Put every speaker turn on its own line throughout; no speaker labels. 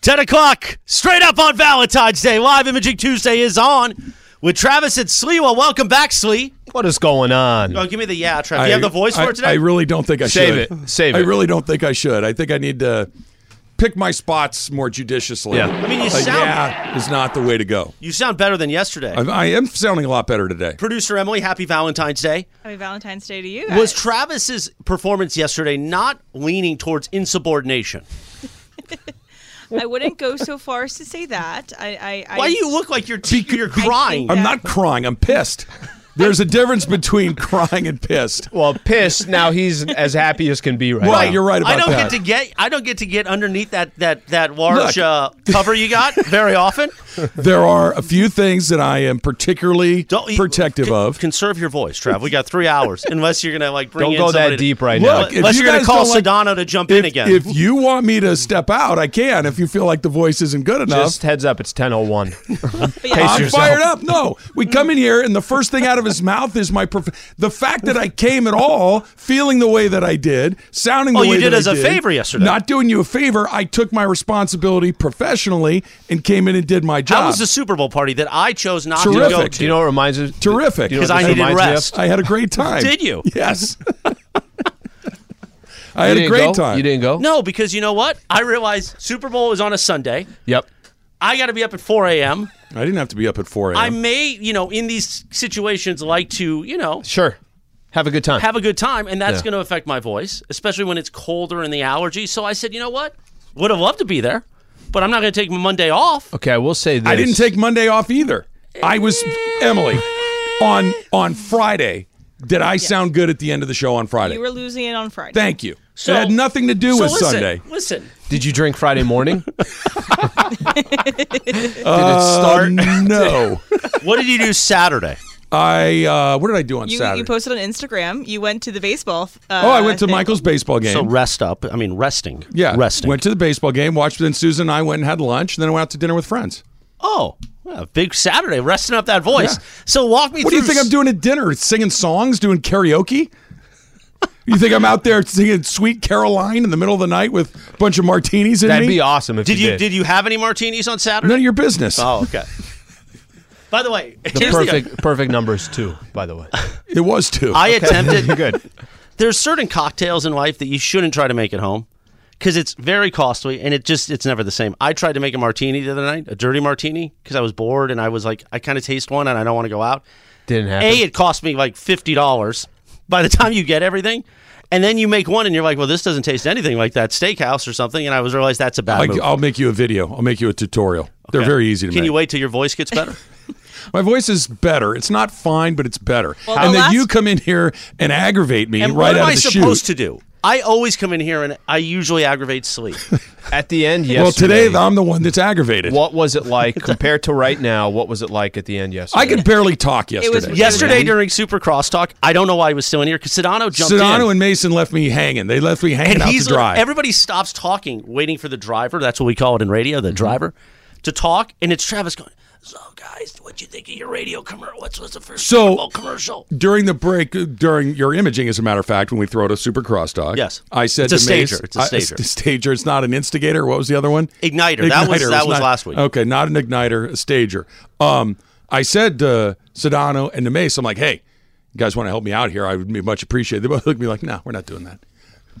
10 o'clock, straight up on Valentine's Day. Live Imaging Tuesday is on with Travis and Sliwa. Welcome back, Slee.
What is going on?
Oh, give me the yeah, Travis. Do you have the voice
I,
for it today?
I really don't think I
Save
should.
it. Save
I
it.
really don't think I should. I think I need to pick my spots more judiciously.
Yeah.
I mean, you
A
sound-
yeah is not the way to go.
you sound better than yesterday.
I, I am sounding a lot better today.
Producer Emily, happy Valentine's Day.
Happy Valentine's Day to you.
Was
guys.
Travis's performance yesterday not leaning towards insubordination?
I wouldn't go so far as to say that. I, I, I
Why do you look like you're you're crying?
I'm not crying. I'm pissed. There's a difference between crying and pissed.
Well, pissed. Now he's as happy as can be right
Well,
now.
you're right about
I don't
that.
get to get I don't get to get underneath that that that large
Look.
uh, cover you got very often.
there are a few things that I am particularly
Don't you-
protective
con-
of.
Conserve your voice, Trav. We got three hours. Unless you're gonna like bring
Don't
in
go
somebody
that
to-
deep right now.
Look, if
Unless
you
you are gonna
guys
call
don't like-
Sedano to jump in
if,
again.
if you want me to step out, I can. If you feel like the voice isn't good enough,
Just heads up. It's 10:01.
But yeah,
Pace
I'm
yourself.
fired up. No, we come in here, and the first thing out of his mouth is my prof- the fact that I came at all, feeling the way that I did, sounding the
Oh,
way
you did
that I
us a favor yesterday.
Not doing you a favor. I took my responsibility professionally and came in and did my job.
That was the Super Bowl party that I chose not to go
Terrific.
to.
Do you know what reminds us?
Terrific.
do you know what
'Cause I
this
needed
reminds me of?
rest.
I had a great time.
Did you?
Yes. I
You
had a
didn't
great
go?
time.
You didn't go.
No, because you know what? I realized Super Bowl is on a Sunday.
Yep.
I got to be up at 4 a.m.
I didn't have to be up at 4 a.m.
I may, you know, in these situations, like to, you know,
Sure. Have a good time.
have a good time, and that's
Yeah.
going to affect my voice, especially when it's colder and the allergies. So I said, you know what? Would have loved to be there, but I'm not going to take my Monday off.
okay, I will say this.
I didn't take Monday off either. I was Emily on on Friday. Did I sound good at the end of the show on Friday?
you were losing it on Friday.
Thank you.
So-
it had nothing to do
so
with
listen,
Sunday.
Listen,
Did you drink Friday morning? Did it
Uh,
start?
no.
what did you do Saturday?
I uh, what did I do on
you,
Saturday?
you posted on Instagram. You went to the baseball. Uh,
oh, I went to
thing.
Michael's baseball game.
So rest up. I mean, resting.
yeah,
resting.
Went to the baseball game. Watched. Then Susan and I went and had lunch. And then I went out to dinner with friends.
oh, well, big Saturday, resting up that voice. So walk me.
What do
through
you think I'm doing at dinner? Singing songs, doing karaoke. You think I'm out there singing "Sweet Caroline" in the middle of the night with a bunch of martinis in
That'd
me?
be awesome if
Did you
did.
did you have any martinis on Saturday?
None of your business.
Oh, okay. By the way,
the
here's
perfect perfect numbers too. By the way,
It was too.
I attempted.
good.
There's certain cocktails in life that you shouldn't try to make at home because it's very costly and it just it's never the same. I tried to make a martini the other night, a dirty martini, because I was bored and I was like, I kind of taste one and I don't want to go out.
Didn't happen.
A, it cost me like fifty dollars by the time you get everything. And then you make one, and you're like, "Well, this doesn't taste anything like that steakhouse or something." And I was realized that's a bad
I,
move.
will make you a video. I'll make you a tutorial. oh, They're very easy to
Can
make.
you wait till your voice gets better?
My voice is better. It's not fine, but it's better.
Well,
and
the
then
last-
you come in here and aggravate me
and
right
what am
out
I
of the
supposed
chute.
to do? I always come in here, and I usually aggravate sleep.
At the end, yesterday.
Well, today I'm the one that's aggravated.
what was it like compared to right now? What was it like at the end yesterday?
I could barely talk yesterday.
was-
Yesterday during Super Crosstalk, I don't know why he was still in here because Sedano jumped
Sedano
in.
and Mason left me hanging. They left me hanging out
he's
to dry.
like- everybody stops talking, waiting for the driver. That's what we call it in radio,
Mm-hmm.
the driver, to talk. And it's Travis going, "So guys, what you think of your radio commercial? What's, what's the first
So-
Super Bowl commercial?"
during the break, uh, during your imaging, as a matter of fact, when we throw it a super crosstalk,
Yes.
I said
It's a
to Mace-
stager. It's a
I-
stager.
a stager. It's not an instigator. What was the other one?
Igniter. That was-
Igniter.
that
It's
was
not-
last week.
Okay, not an igniter, a stager. Um, I said to Sedano and to Mace, I'm like, hey, you guys want to help me out here? I would be much appreciated. They both looked at me like, no, we're not doing that.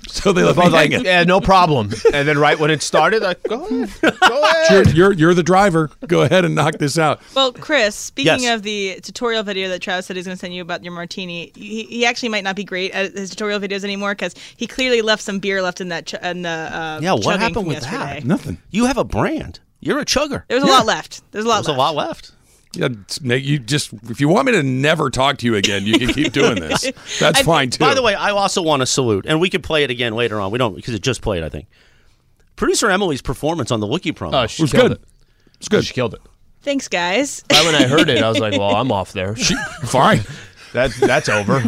So they left me
I was like,
hanging.
yeah, no problem. And then right when it started, like, go ahead, go ahead.
You're, you're you're the driver. Go ahead and knock this out.
Well, Chris, speaking
Yes.
of the tutorial video that Travis said he's going to send you about your martini, he, he actually might not be great at his tutorial videos anymore because he clearly left some beer left in that ch- in the uh,
Yeah, what
chugging
happened
from
with that?
yesterday.
Nothing.
You have a brand. You're a chugger.
There was a lot left. There's a lot.
There's a
left.
lot left.
Yeah, it's- Nate, you just if you want me to never talk to you again, you can keep doing this. That's
I-
fine too.
By the way, I also want to salute, and we can play it again later on. We don't because it just played, I think. Producer Emily's performance on the Wookiee promo.
Oh, she
was
killed
good.
it.
It's good.
She killed it.
Thanks, guys.
Right when I heard it, I was like, "Well, I'm off there." She,
Fine.
That that's over.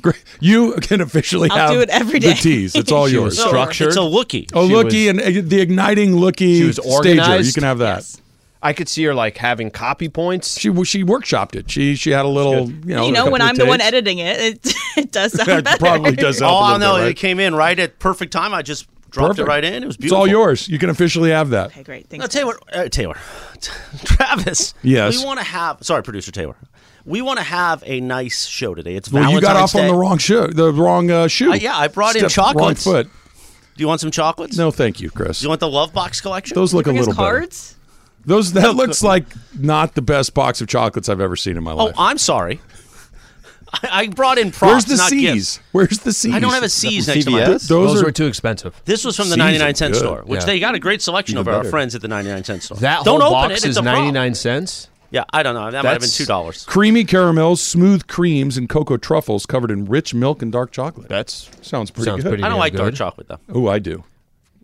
Great. You can officially
I'll
have
do it every
the
day.
teas. It's all
She
yours.
was
No,
structured.
It's a Wookiee.
Oh,
She
lookie and uh, the igniting lookie
She was
stager. You
organized.
can have that.
I could see her like having copy points.
She she workshopped it. She she had a little you know.
you
a
know,
couple
when
of
I'm the one
takes.
editing it, it, it does sound
that
better.
probably does help.
Oh,
a
I
little
know.
bit, right?
It came in right at perfect time. I just dropped it
Perfect.
right in. It was
It's
beautiful.
all yours. You can officially have that.
Okay, great.
No,
Thanks.
Taylor, uh, Taylor, Travis.
Yes.
We want to have. Sorry, producer Taylor. We want to have a nice show today. It's
Well, you got
Valentine's
off on
Day.
the wrong shoe. The wrong uh, shoe.
Uh, yeah, I brought in
Stepped Wrong
chocolates.
foot.
Do you want some chocolates?
No, thank you, Chris.
Do you want the love box collection?
Those look a
Bring us
little better.
cards.
Those that looks like not the best box of chocolates I've ever seen in my
Oh,
life.
I'm sorry. I, I brought in props.
Where's the
not gifts.
C's? Where's the C's?
I don't have a C's next to my.
Th-
name.
CVS?
those
Those
are-
were too expensive.
This was from the
C's are
99 cent
good.
store, which
Yeah.
they got a great selection
Even
over our
better.
friends at the 99 cent store.
That
Don't
whole
open
box is
it. It's a prop.
99 cents.
Yeah, I don't know. That might have been
That's-
two dollars.
creamy caramels, smooth creams, and cocoa truffles covered in rich milk and dark chocolate.
That's
sounds pretty
sounds
good.
pretty.
I don't
damn
like
good.
dark chocolate though.
Oh, I do.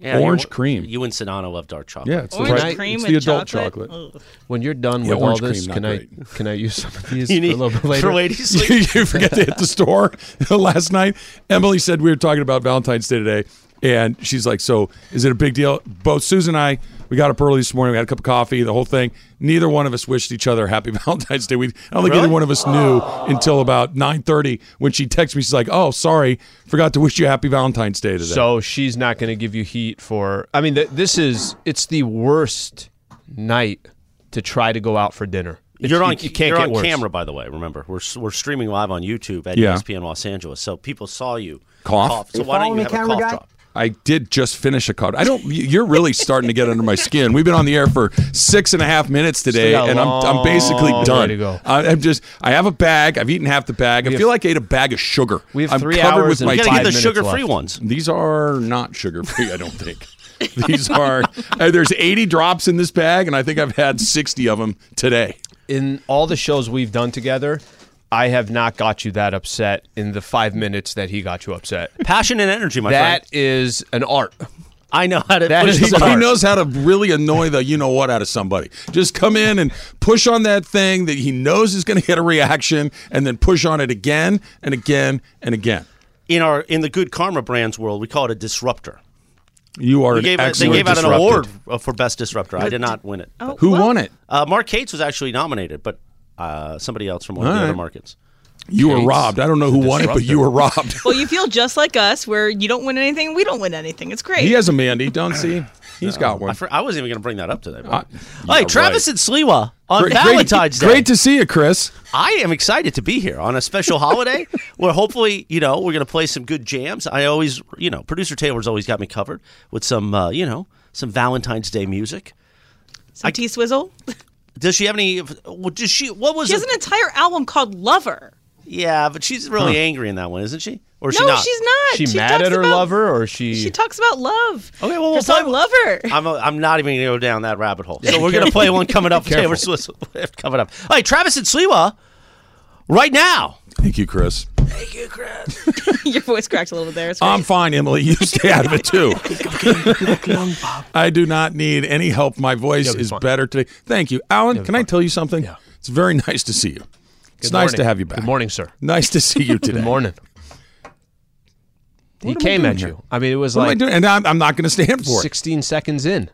Yeah,
Orange
you-
cream.
You and Sedano love dark chocolate.
Yeah, it's the,
Orange
right,
cream
it's
with
the adult
chocolate.
chocolate.
When you're done
Yeah,
with all
orange
this,
cream,
can
not
I
great.
can I use some of these
You need
for a little bit later?
for ladies.
you, you forget to hit the store last night. Emily said we were talking about Valentine's Day today, and she's like, "So is it a big deal?" Both Susan and I we got up early this morning. We had a cup of coffee, the whole thing. Neither one of us wished each other happy Valentine's Day. We I don't think
Really?
either one of us knew until about nine thirty when she texted me. She's like, "Oh, sorry, forgot to wish you happy Valentine's Day today."
So she's not going to give you heat for. I mean, th- this is it's the worst night to try to go out for dinner. It's-
You're
you-
on,
you, can't
you're
get
on
worse.
camera, by the way. Remember, we're s- we're streaming live on YouTube at E
Yeah.
ESPN Los Angeles, so people saw you
Cough?
So why don't you have a cough drop?
I did just finish a card. I don't. you- You're really starting to get under my skin. We've been on the air for six and a half minutes today,
Still got a
and I'm I'm basically
long
done.
way to go.
I, am just. I have a bag. I've eaten half the bag. I feel like I ate a bag of sugar.
We have
I'm
three
covered
hours
with
and
my
You gotta
Five
get the
minutes
sugar-free
left.
ones.
These are not sugar free. I don't think. These are. uh, there's 80 drops in this bag, and I think I've had 60 of them today.
In all the shows we've done together, I have not got you that upset in the five minutes that he got you upset.
Passion and energy, my
That
friend.
is an art.
I know how to.
that
push
is
He,
people
the
he
art.
hard.
knows how to really annoy the you know what out of somebody. Just come in and push on that thing that he knows is going to get a reaction, and then push on it again and again and again.
in our in the good karma brands world, we call it a disruptor.
You are
We
an
gave, out- they
excellent
gave out an
disruptor.
award uh, for best disruptor. I did not win it.
Oh,
Who
well,
won it?
Uh, Mark Cates was actually nominated, but uh, somebody else from one of the
All
other
right.
markets.
You were robbed. I don't know who won it, but you were robbed.
Well, Oh, you feel just like us, where you don't win anything, we don't win anything. It's great.
he has a Mandy, don't see? He's got
I,
one.
for, I wasn't even going to bring that up today.
Uh,
but- hey,
yeah,
Travis
right.
and Sliwa on
Great-
Valentine's
great,
Day.
Great to see you, Chris.
I am excited to be here on a special holiday where hopefully, you know, we're going to play some good jams. I always, you know, producer Taylor's always got me covered with some, uh, you know, some Valentine's Day music.
Some tea swizzle.
Does she have any? well, Does she? What was
She has
it?
an entire album called Lover.
yeah, but she's really angry in that one, isn't she? Or is
no,
she not?
she's not.
She,
She
mad
talks
at her
about-
lover, or she?
She talks about love.
Okay, well,
her
we'll
song
play-
Lover.
I'm, I'm not even going to go down that rabbit hole. So we're going to play one coming up. Taylor Swift coming up. All right, Travis and Sliwa, right now.
Thank you, Chris.
Your voice cracked a little bit there. It's
I'm
great.
fine, Emily. You stay out of it too. I do not need any help. My voice
You'll be
is
fine.
better today. Thank you, Alan. Can I tell you something?
Yeah.
It's very nice to see you. It's nice to
morning.
have you back.
Good morning, sir.
Nice to see you today.
Good morning. he
What am I
came
doing
at
here?
you. I mean, it was
What am I
like
doing? And I'm, I'm not going to stand for it.
16 seconds in.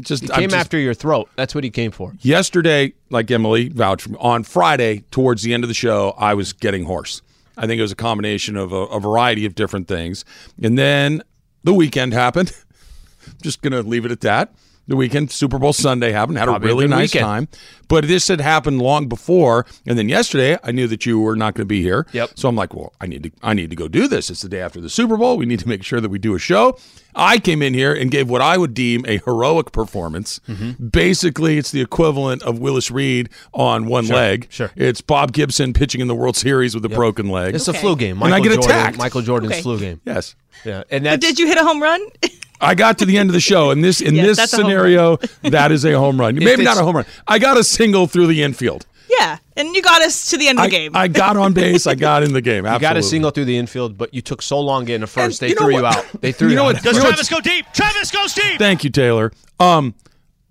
Just
He
I'm
came
just-
after your throat. That's what he came for.
yesterday, like Emily vouched for me, on Friday towards the end of the show, I was getting hoarse. I think it was a combination of a, a variety of different things. And then the weekend happened. Just going to leave it at that. The weekend, Super Bowl Sunday happened. Had a
Probably a
really
good
nice
weekend.
time. But this had happened long before. And then yesterday, I knew that you were not going to be here.
Yep.
So I'm like, well, I need to I need to go do this. It's the day after the Super Bowl. We need to make sure that we do a show. I came in here and gave what I would deem a heroic performance.
Mm-hmm.
Basically, it's the equivalent of Willis Reed on one leg.
sure.
It's Bob Gibson pitching in the World Series with a broken leg.
It's a
Okay.
flu game.
And I get
Jordan,
attacked.
Michael Jordan's
Okay.
flu game.
yes.
Yeah, and that's,
Did you hit a home run?
I got to the end of the show, and this in
Yes,
this
that's a home
scenario, that is a home run. Maybe not
it's-
a home run. I got a single through the infield.
Yeah, and you got us to the end of
I,
the game.
I got on base. I got in the game. Absolutely.
You got a single through the infield, but you took so long getting a first.
And
they
you know
threw
what?
you out. They threw
You
you,
know
out.
what? You know what's-
go deep. Travis goes deep.
Thank you, Taylor. Um,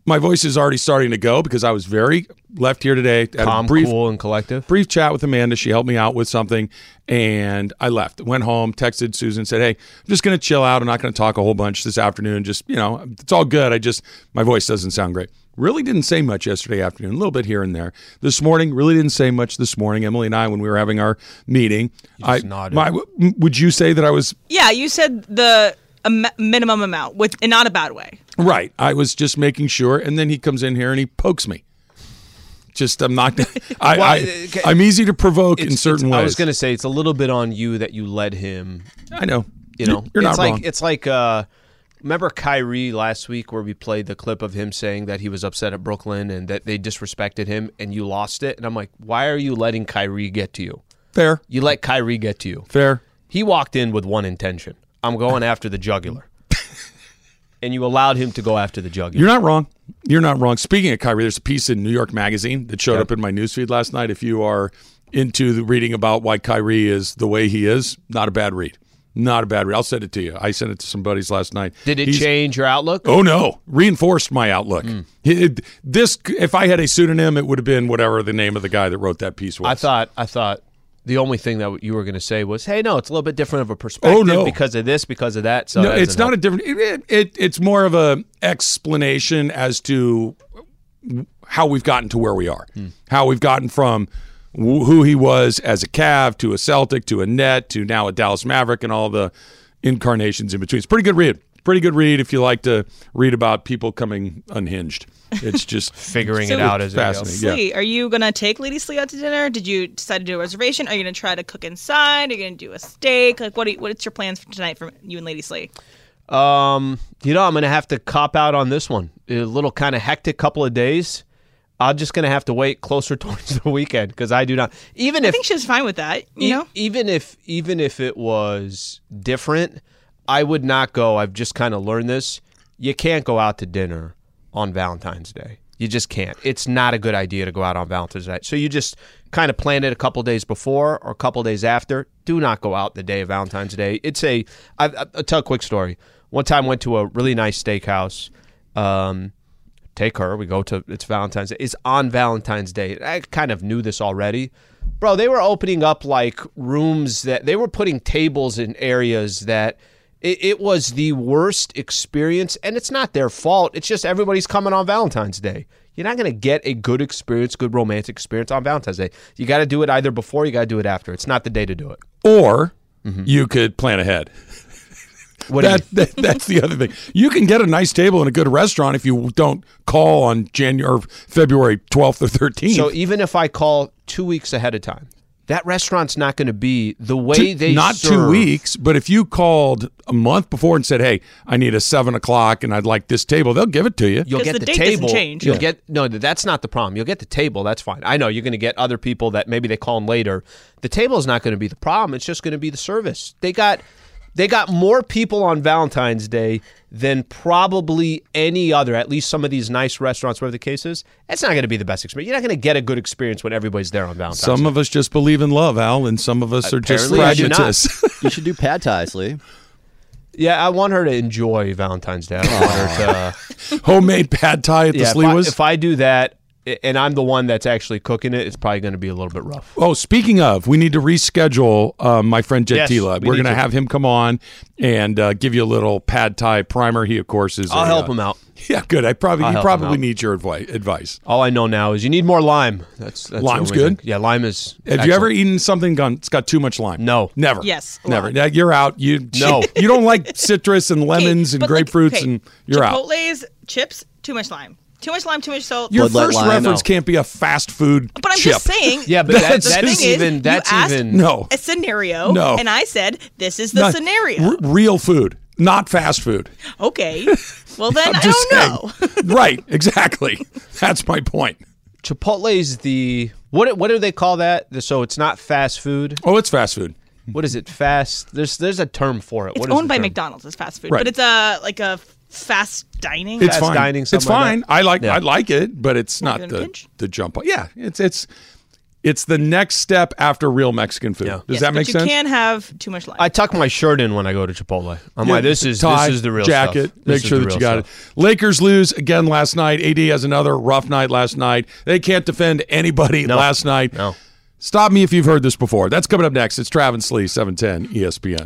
my voice is already starting to go because I was very left here today. Had a
Calm,
brief,
cool, and collective.
brief chat with Amanda. She helped me out with something, and I left. Went home, texted Susan, said, "Hey, I'm just going to chill out. I'm not going to talk a whole bunch this afternoon. Just you know, it's all good. I just my voice doesn't sound great. Really didn't say much yesterday afternoon. A little bit here and there. This morning, really didn't say much. This morning, Emily and I, when we were having our meeting, I
nodded.
my, w- would you say that I was
yeah, you said the am- minimum amount with, and not a bad way.
Right. I was just making sure, and then he comes in here and he pokes me. Just I'm not.
Why-
I, I I'm easy to provoke in
It's-
certain
it's-
ways.
I was going to say it's a little bit on you that you led him.
I know.
You know,
you're
it's
not
like
wrong.
it's like uh, remember Kyrie last week where we played the clip of him saying that he was upset at Brooklyn and that they disrespected him and you lost it and I'm like, why are you letting Kyrie get to you?
fair.
You let Kyrie get to you.
Fair.
He walked in with one intention: I'm going after the jugular, and you allowed him to go after the jugular.
You're not wrong. You're not wrong. Speaking of Kyrie, there's a piece in New York Magazine that showed up in my newsfeed last night. If you are into the reading about why Kyrie is the way he is, not a bad read. Not a bad read. I'll send it to you. I sent it to some buddies last night.
Did it
He's-
change Hmm. your outlook?
Oh no! Reinforced my outlook. It- this, if I had a pseudonym, it would have been whatever the name of the guy that wrote that piece was.
I thought I thought the only thing that you were going to say was, "Hey, no, it's a little bit different of a perspective
Oh, no.
because of this, because of that." So
no,
that
it's
doesn't
not a different. It, it, it it's more of a explanation as to how we've gotten to where we are,
Hmm.
how we've gotten from wh- who he was as a Cav to a Celtic to a Net to now a Dallas Maverick and all the incarnations in between. It's a pretty good read. Pretty good read if you like to read about people coming unhinged. It's just
figuring
So
it out as it goes.
fascinating. Yeah.
Slee, are you gonna take Lady Slee out to dinner? Did you decide to do a reservation? Are you gonna try to cook inside? Are you gonna do a steak? Like, what? Are you, what's your plans for tonight for you and Lady Slee?
Um, you know, I'm going to have to cop out on this one. A little kind of hectic couple of days. I'm just going to have to wait closer towards the weekend because I do not. Even
I
if
think she's fine with that. You
e-
know,
even if even if it was different, I would not go. I've just kind of learned this. You can't go out to dinner on Valentine's Day. You just can't. It's not a good idea to go out on Valentine's Day. So you just kind of plan it a couple days before or a couple days after. Do not go out the day of Valentine's Day. It's a. I, I- I'll tell a quick story. One time, went to a really nice steakhouse. Um, take her. We go to it's Valentine's Day. It's on Valentine's Day. I kind of knew this already. Bro, they were opening up like rooms that they were putting tables in areas that it, it was the worst experience. And it's not their fault. It's just everybody's coming on Valentine's Day. You're not going to get a good experience, good romantic experience on Valentine's Day. You got to do it either before, you got to do it after. It's not the day to do it.
Or
Mm-hmm.
you could plan ahead.
What do you
That, that that's the other thing. You can get a nice table in a good restaurant if you don't call on January or February 12th or 13th.
So even if I call two weeks ahead of time, that restaurant's not going to be the way
Two-
they
not two
serve.
weeks, but if you called a month before and said, "Hey, I need a seven o'clock and I'd like this table," they'll give it to you.
You'll
'Cause
get
the
the,
date doesn't
table.
change.
You'll
Yeah.
get no. That's not the problem. You'll get the table. That's fine. I know you're going to get other people that maybe they call in later. The table is not going to be the problem. It's just going to be the service. They got they got more people on Valentine's Day than probably any other. At least some of these nice restaurants, whatever the case is, it's not going to be the best experience. You're not going to get a good experience when everybody's there on Valentine's.
some of us just believe in love, Al, and some of us are just
Apparently I do not.
pragmatists.
You should do pad thai, Lee.
Day. Yeah, I want her to enjoy Valentine's Day. I don't want her to.
Homemade pad thai at the
Yeah, if I,
Sliwas.
if I do that i- and I'm the one that's actually cooking it, it's probably going to be a little bit rough.
Oh, speaking of, we need to reschedule um, my friend Jet
Yes,
Tila.
we
We're
need
going to
to.
have him come on and uh, give you a little pad thai primer. He, of course, is.
I'll
a,
help
uh,
him out.
Yeah, good. I probably
I'll
you
help him
probably
out.
need your advi- advice.
All I know now is you need more lime. That's, that's the
Lime's
only thing.
good?
Yeah, lime is.
Have you ever eaten something gone? It's got too much lime.
No.
never.
Yes, a
never.
lot.
Yeah, you're out. You
No.
You don't like citrus and lemons and
but, like,
grapefruits,
okay,
and you're out.
Chipotle's chips, too much lime, too much lime, too much salt.
Your
Bud Light
first
Lime,
reference
no.
can't be a fast food.
but I'm
chip.
just saying.
Yeah, but that,
That's
that's,
the
just-
thing
even.
is,
that's
you asked
even.
No.
a scenario.
No.
and I said this is the
Not-
scenario.
r- real food, not fast food.
okay, well then
I'm
I
just
don't know.
saying. right, exactly. That's my point.
Chipotle is the. What, what do they call that? The- So it's not fast food.
Oh, it's fast food.
What is it? Fast. There's there's a term for it.
It's
What is
owned
the
by
term?
McDonald's. It's fast food,
Right.
but it's a like a fast dining.
It's
Fast
fine.
dining,
it's
something like
fine. I like
Yeah.
I like it, but it's not
Even
the
pinch?
the jump. Yeah, it's it's it's the next step after real Mexican food. Does
Yes,
that make
but
sense?
You can have too much lime.
I tuck my shirt in when I go to Chipotle. I'm like, this is
tie,
this is the real
jacket.
Stuff.
Make sure that you got it. Lakers lose again last night. AD has another rough night last night. They can't defend anybody last night.
No.
Stop me if you've heard this before. That's coming up next. It's Travis Lee, seven ten E ESPN.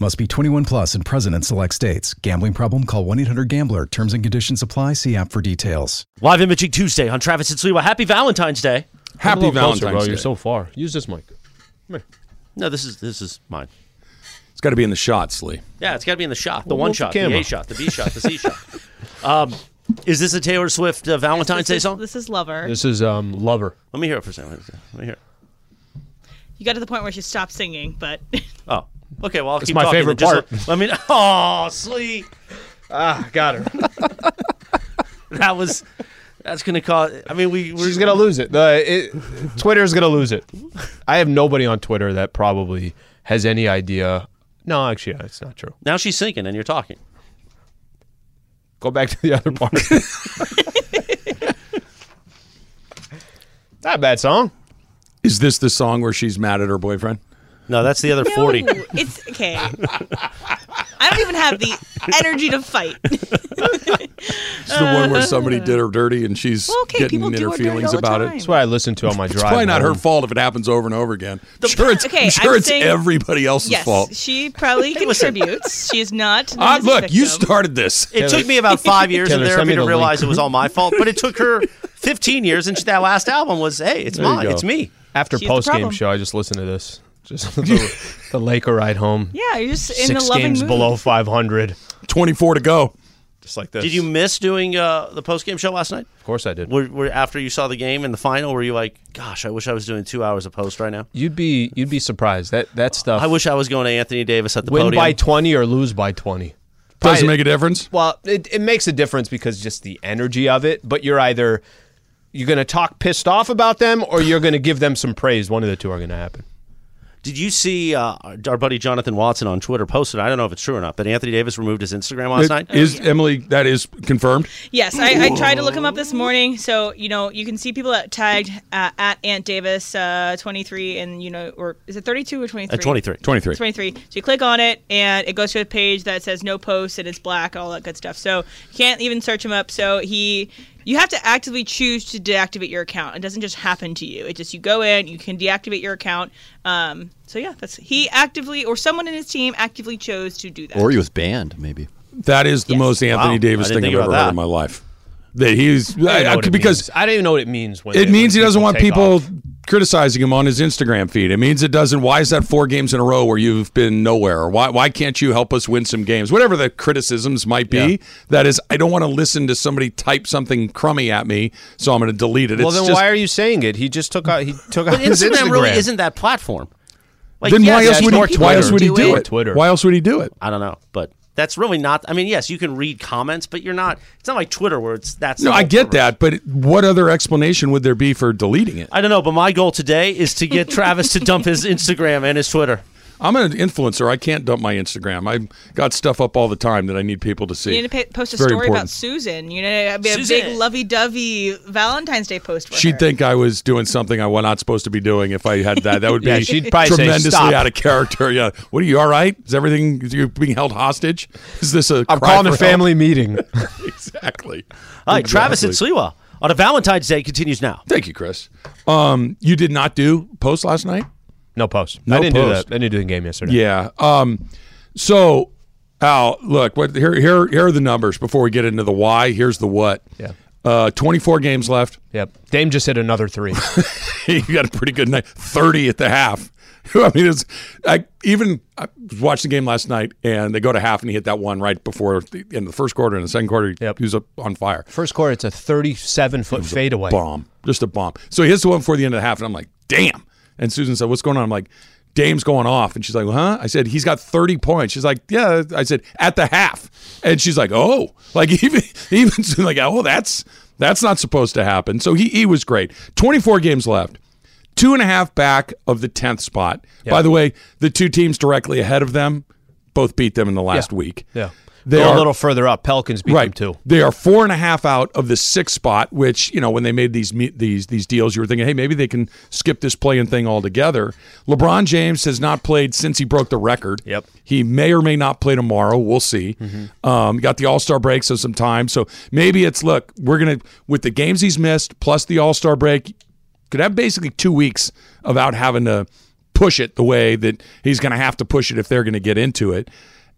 Must be 21 plus and present in select states. Gambling problem? Call 1 800 Gambler. Terms and conditions apply. See app for details.
Live imaging Tuesday on Travis and Sliwa. Happy Valentine's Day.
Happy Valentine's
bro.
Day.
You're so far. Use this mic.
No, this is this is mine.
it's got to be in the shots, Lee.
Yeah, it's got to be in the shot, the
Well,
one
what's the
shot, the,
camera?
A shot, the B shot, the C shot. Um, is this a Taylor Swift uh, Valentine's
this
Day
is,
song?
This is Lover.
This is um lover.
Let me hear it for a second. Let me hear. It.
You got to the point where she stopped singing, but
Oh, okay. Well, I'll keep
my
talking.
favorite
Just Let, let me. Oh, Slee,
Ah, got her.
that was. That's gonna cause. I mean, we. We're,
She's gonna lose it. The it, Twitter's gonna lose it. I have nobody on Twitter that probably has any idea. No, actually, it's not true.
Now she's sinking, and you're talking.
Go back to the other part. not a bad song.
Is this the song where she's mad at her boyfriend?
No, that's the other forty.
No, it's okay. I don't even have the energy to fight.
It's the one where somebody did her dirty and she's
Well, okay,
getting
people
in
do
her
her dirty
feelings
all the
about it.
time.
It's
That's what I listen to on my drive.
probably not her
home.
fault if it happens over and over again. sure, it's,
okay,
sure
I'm
it's
saying-
everybody else's
yes,
fault.
she probably contributes. She's not.
Ah,
not a
look, you
victim.
started this.
It took me about five years in
Taylor, send
therapy
me
to
the
realize
link.
it was all my fault, but it took her 15 years, and that last album was, hey, it's
you
mine,
go.
it's me.
After
She's the
post game
problem.
show, I just listen to this. Just the, the Laker ride home.
Yeah, you're just in
Six
the loving
games
mood.
below 500.
24 to go.
Just like this.
Did you miss doing uh, the post game show last night?
Of course I did.
Were, were, after you saw the game and the final, were you like, gosh, I wish I was doing two hours of post right now?
You'd be you'd be surprised that that stuff.
I wish I was going to Anthony Davis at the
win
podium.
by 20 or lose by 20.
Doesn't
Probably-
make a difference.
Well, it, it makes a difference because just the energy of it. But you're either you're going to talk pissed off about them or you're going to give them some praise. One of the two are going to happen.
Did you see uh, our buddy Jonathan Watson on Twitter posted? I don't know if it's true or not, but Anthony Davis removed his Instagram last
It-
night.
is Emily that is confirmed?
Yes, I, I tried to look him up this morning. So you know, you can see people that tagged uh, at Aunt Davis uh, 23, and you know, or is it 32 or 23?
At 23.
23.
23. So you click on it, and it goes to a page that says no posts, and it's black, all that good stuff. So you can't even search him up. So he, you have to actively choose to deactivate your account. It doesn't just happen to you. It just you go in, you can deactivate your account. Um, so yeah, that's he actively or someone in his team actively chose to do that.
Or he was banned, maybe.
That is the
Yes.
most Anthony
Wow.
Davis
I didn't
thing I've
think
ever
about
heard
that.
in my life. That
I
he's I,
don't know
I-
what it
because
means. I don't even know what it means. When
it
they-
means he
when
doesn't want
take
people
off.
criticizing him on his Instagram feed. It means it doesn't. Why is that four games in a row where you've been nowhere? Or Why why can't you help us win some games? Whatever the criticisms might be, that is, I don't want to listen to somebody type something crummy at me, so I'm going to delete it.
Well,
it's
then
just,
why are you saying it? He just took out he took out
But
his
Instagram,
Instagram.
really isn't that platform. Like,
then
yes,
why else
it's
would
more
he? Why else would he
Twitter.
do
Do it.
it?
Twitter.
Why else would he do it?
I don't know, but that's really not. I mean, yes, you can read comments, but you're not. It's not like Twitter where it's that's.
No,
the
I
whole
get
purpose.
that, but what other explanation would there be for deleting it?
I don't know, but my goal today is to get Travis to dump his Instagram and his Twitter.
I'm an influencer. I can't dump my Instagram. I got stuff up all the time that I need people to see.
You need to pa- post a
It's very
story about
important.
Susan. You know, it'd be a big
Susan.
lovey-dovey Valentine's Day post for her.
She'd think I was doing something I was not supposed to be doing if I had that. That would be
Yeah, she'd probably say,
tremendously
"Stop."
out of character. Yeah. What are you all right? Is everything is you being held hostage? Is this a
I'm
cry
calling
for
a
help?
family meeting.
Exactly.
All right, Travis and
Exactly.
Sliwa on a Valentine's Day continues now.
Thank you, Chris. Um, you did not do post last night?
No post.
No
I didn't
post.
do that. I didn't do the game yesterday.
Yeah. Um, so, Al, look, what, here, here, here are the numbers before we get into the why. Here's the what.
Yeah.
Uh, 24 games left.
Yep. Dame just hit another three.
you got a pretty good night. 30 at the half. I mean, it's I even I watched the game last night, and they go to half, and he hit that one right before the end of the first quarter and the second quarter.
Yep.
He was up on fire.
First quarter, it's a 37 foot fadeaway.
bomb, just a bomb. So he hits the one before the end of the half, and I'm like, damn. And Susan said, what's going on? I'm like, Dame's going off, and she's like, huh? I said, he's got 30 points. She's like, yeah. I said, at the half, and she's like, oh, like even even like, oh, that's that's not supposed to happen. So he he was great. 24 games left. Two and a half back of the 10th spot. By the way, the two teams directly ahead of them both beat them in the last week.
Yeah.
They
Go
are-
a little further up. Pelicans beat
right.
them too.
They are four and a half out of the sixth spot, which you know when they made these me- these these deals, you were thinking, hey, maybe they can skip this playing thing altogether. LeBron James has not played since he broke the record.
Yep. Mm-hmm.
He may or may not play tomorrow. We'll see. Um, got the All Star break, so some time. So maybe it's look, we're gonna with the games he's missed plus the All Star break, could have basically two weeks of out having to push it the way that he's going to have to push it if they're going to get into it.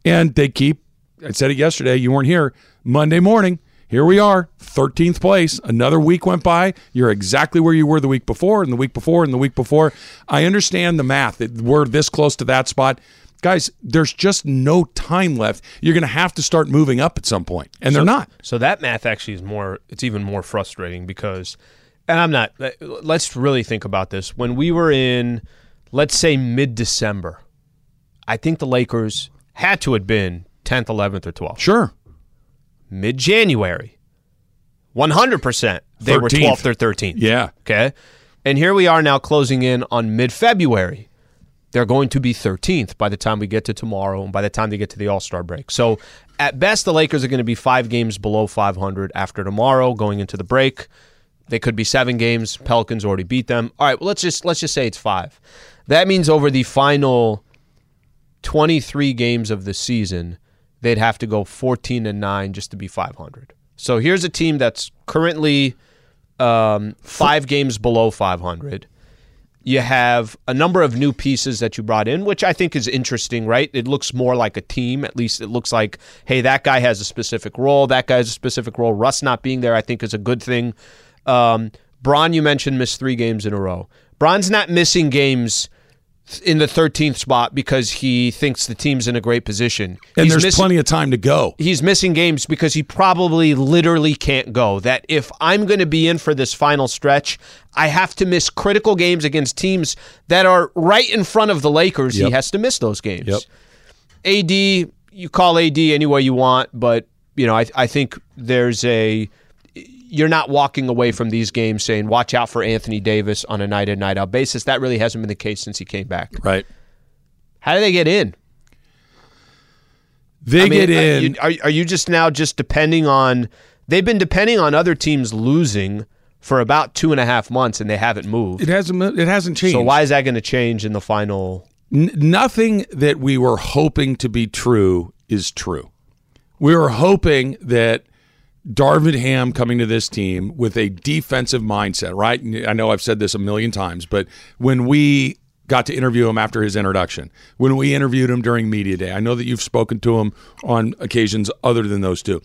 And they keep, I said it yesterday, you weren't here. Monday morning, here we are, 13th place. Another week went by. You're exactly where you were the week before, and the week before, and the week before. I understand the math that we're this close to that spot. Guys, there's just no time left. You're going to have to start moving up at some point, and they're not.
So that math actually is more, it's even more frustrating because, and I'm not, let's really think about this. When we were in, let's say mid December, I think the Lakers had to have been 10th, 11th, or 12th.
Sure.
Mid January, 100%, they were
13th.
12th or 13th.
Yeah.
Okay. And here we are now closing in on mid February. They're going to be 13th by the time we get to tomorrow and by the time they get to the All Star break. So, at best, the Lakers are going to be five games below 500 after tomorrow going into the break. They could be seven games. Pelicans already beat them. All right, well, let's just let's just say it's five. That means over the final 23 games of the season, they'd have to go 14 and nine just to be 500. So here's a team that's currently um, five games below 500. You have a number of new pieces that you brought in, which I think is interesting, right? It looks more like a team. At least it looks like, hey, that guy has a specific role. That guy has a specific role. Russ not being there, I think, is a good thing. Um, Braun, you mentioned, missed three games in a row. Braun's not missing games in the 13th spot because he thinks the team's in a great position.
And
He's
there's
missing-
plenty of time to go.
he's missing games because he probably literally can't go. That if I'm going to be in for this final stretch, I have to miss critical games against teams that are right in front of the Lakers. He has to miss those games.
Yep.
AD, you call AD any way you want, but you know, I, I think there's a you're not walking away from these games saying, "Watch out for Anthony Davis on a night in night out basis." That really hasn't been the case since he came back.
Right.
How do they get in?
They
I mean,
get in.
Are you, are, are you just now just depending on? They've been depending on other teams losing for about two and a half months, and they haven't moved.
it hasn't. It hasn't changed.
So why is that going to change in the final?
N- nothing that we were hoping to be true is true. We were hoping that Darvin Ham coming to this team with a defensive mindset, right? And I know I've said this a million times, but when we got to interview him after his introduction, when we interviewed him during media day, I know that you've spoken to him on occasions other than those two.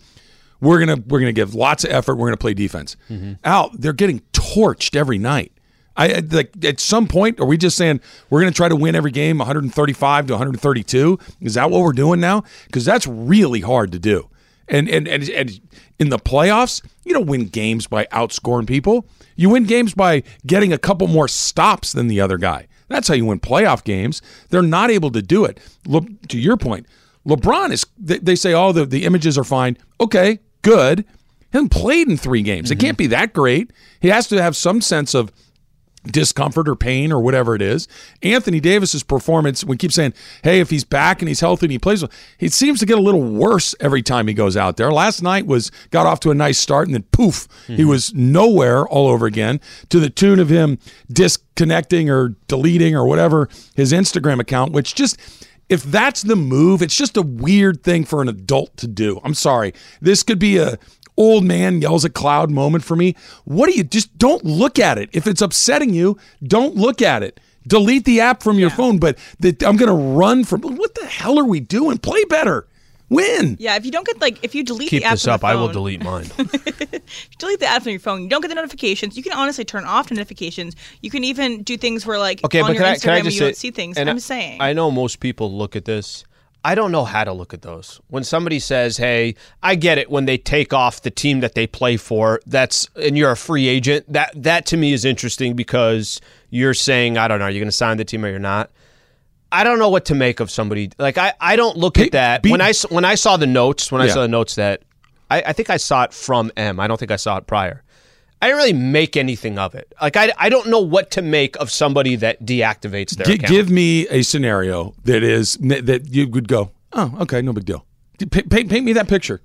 We're gonna we're gonna give lots of effort. We're gonna play defense. Out, they're getting torched every night. I I- like at some point are we just saying we're going to try to win every game 135 to 132? Is that what we're doing now? Because that's really hard to do. And and and and in the playoffs, you don't win games by outscoring people. You win games by getting a couple more stops than the other guy. That's how you win playoff games. They're not able to do it. Le- to your point, LeBron is. They, they say all the the images are fine. Okay, good. He hasn't played in three games. It can't be that great. He has to have some sense of discomfort or pain or whatever it is. Anthony Davis's performance, we keep saying, hey, if he's back and he's healthy and he plays, well, he seems to get a little worse every time he goes out there. Last night was got off to a nice start and then poof, he was nowhere all over again to the tune of him disconnecting or deleting or whatever his Instagram account, which just if that's the move, it's just a weird thing for an adult to do. I'm sorry. This could be a old man yells at cloud moment for me. What do you just don't look at it? If it's upsetting you, don't look at it. Delete the app from your phone, but that I'm going to run from what the hell are we doing? Play better. Win.
Yeah, if you don't get like if you delete
Keep
the app
this
from
up.
the
I will
phone-
delete mine.
delete the app from your phone. You don't get the notifications. You can honestly turn off the notifications. You can even do things where like
Okay,
on
but
your
can I,
Instagram
can I just
you
say,
don't see things.
and
I'm
I-
saying
I know most people look at this. I don't know how to look at those. When somebody says, "Hey," I get it. When they take off the team that they play for, that's and you're a free agent. That that to me is interesting because you're saying, "I don't know, are you going to sign the team or you're not." I don't know what to make of somebody. Like I, I don't look
Be-
at that.
be-
when I s- when I saw the notes, when I
Yeah.
saw the notes that I, I think I saw it from M. I don't think I saw it prior. I didn't really make anything of it. Like I, I don't know what to make of somebody that deactivates their
Gi-
account.
give me a scenario that is that you would go, "Oh, okay, no big deal." Pa- paint, paint me that picture.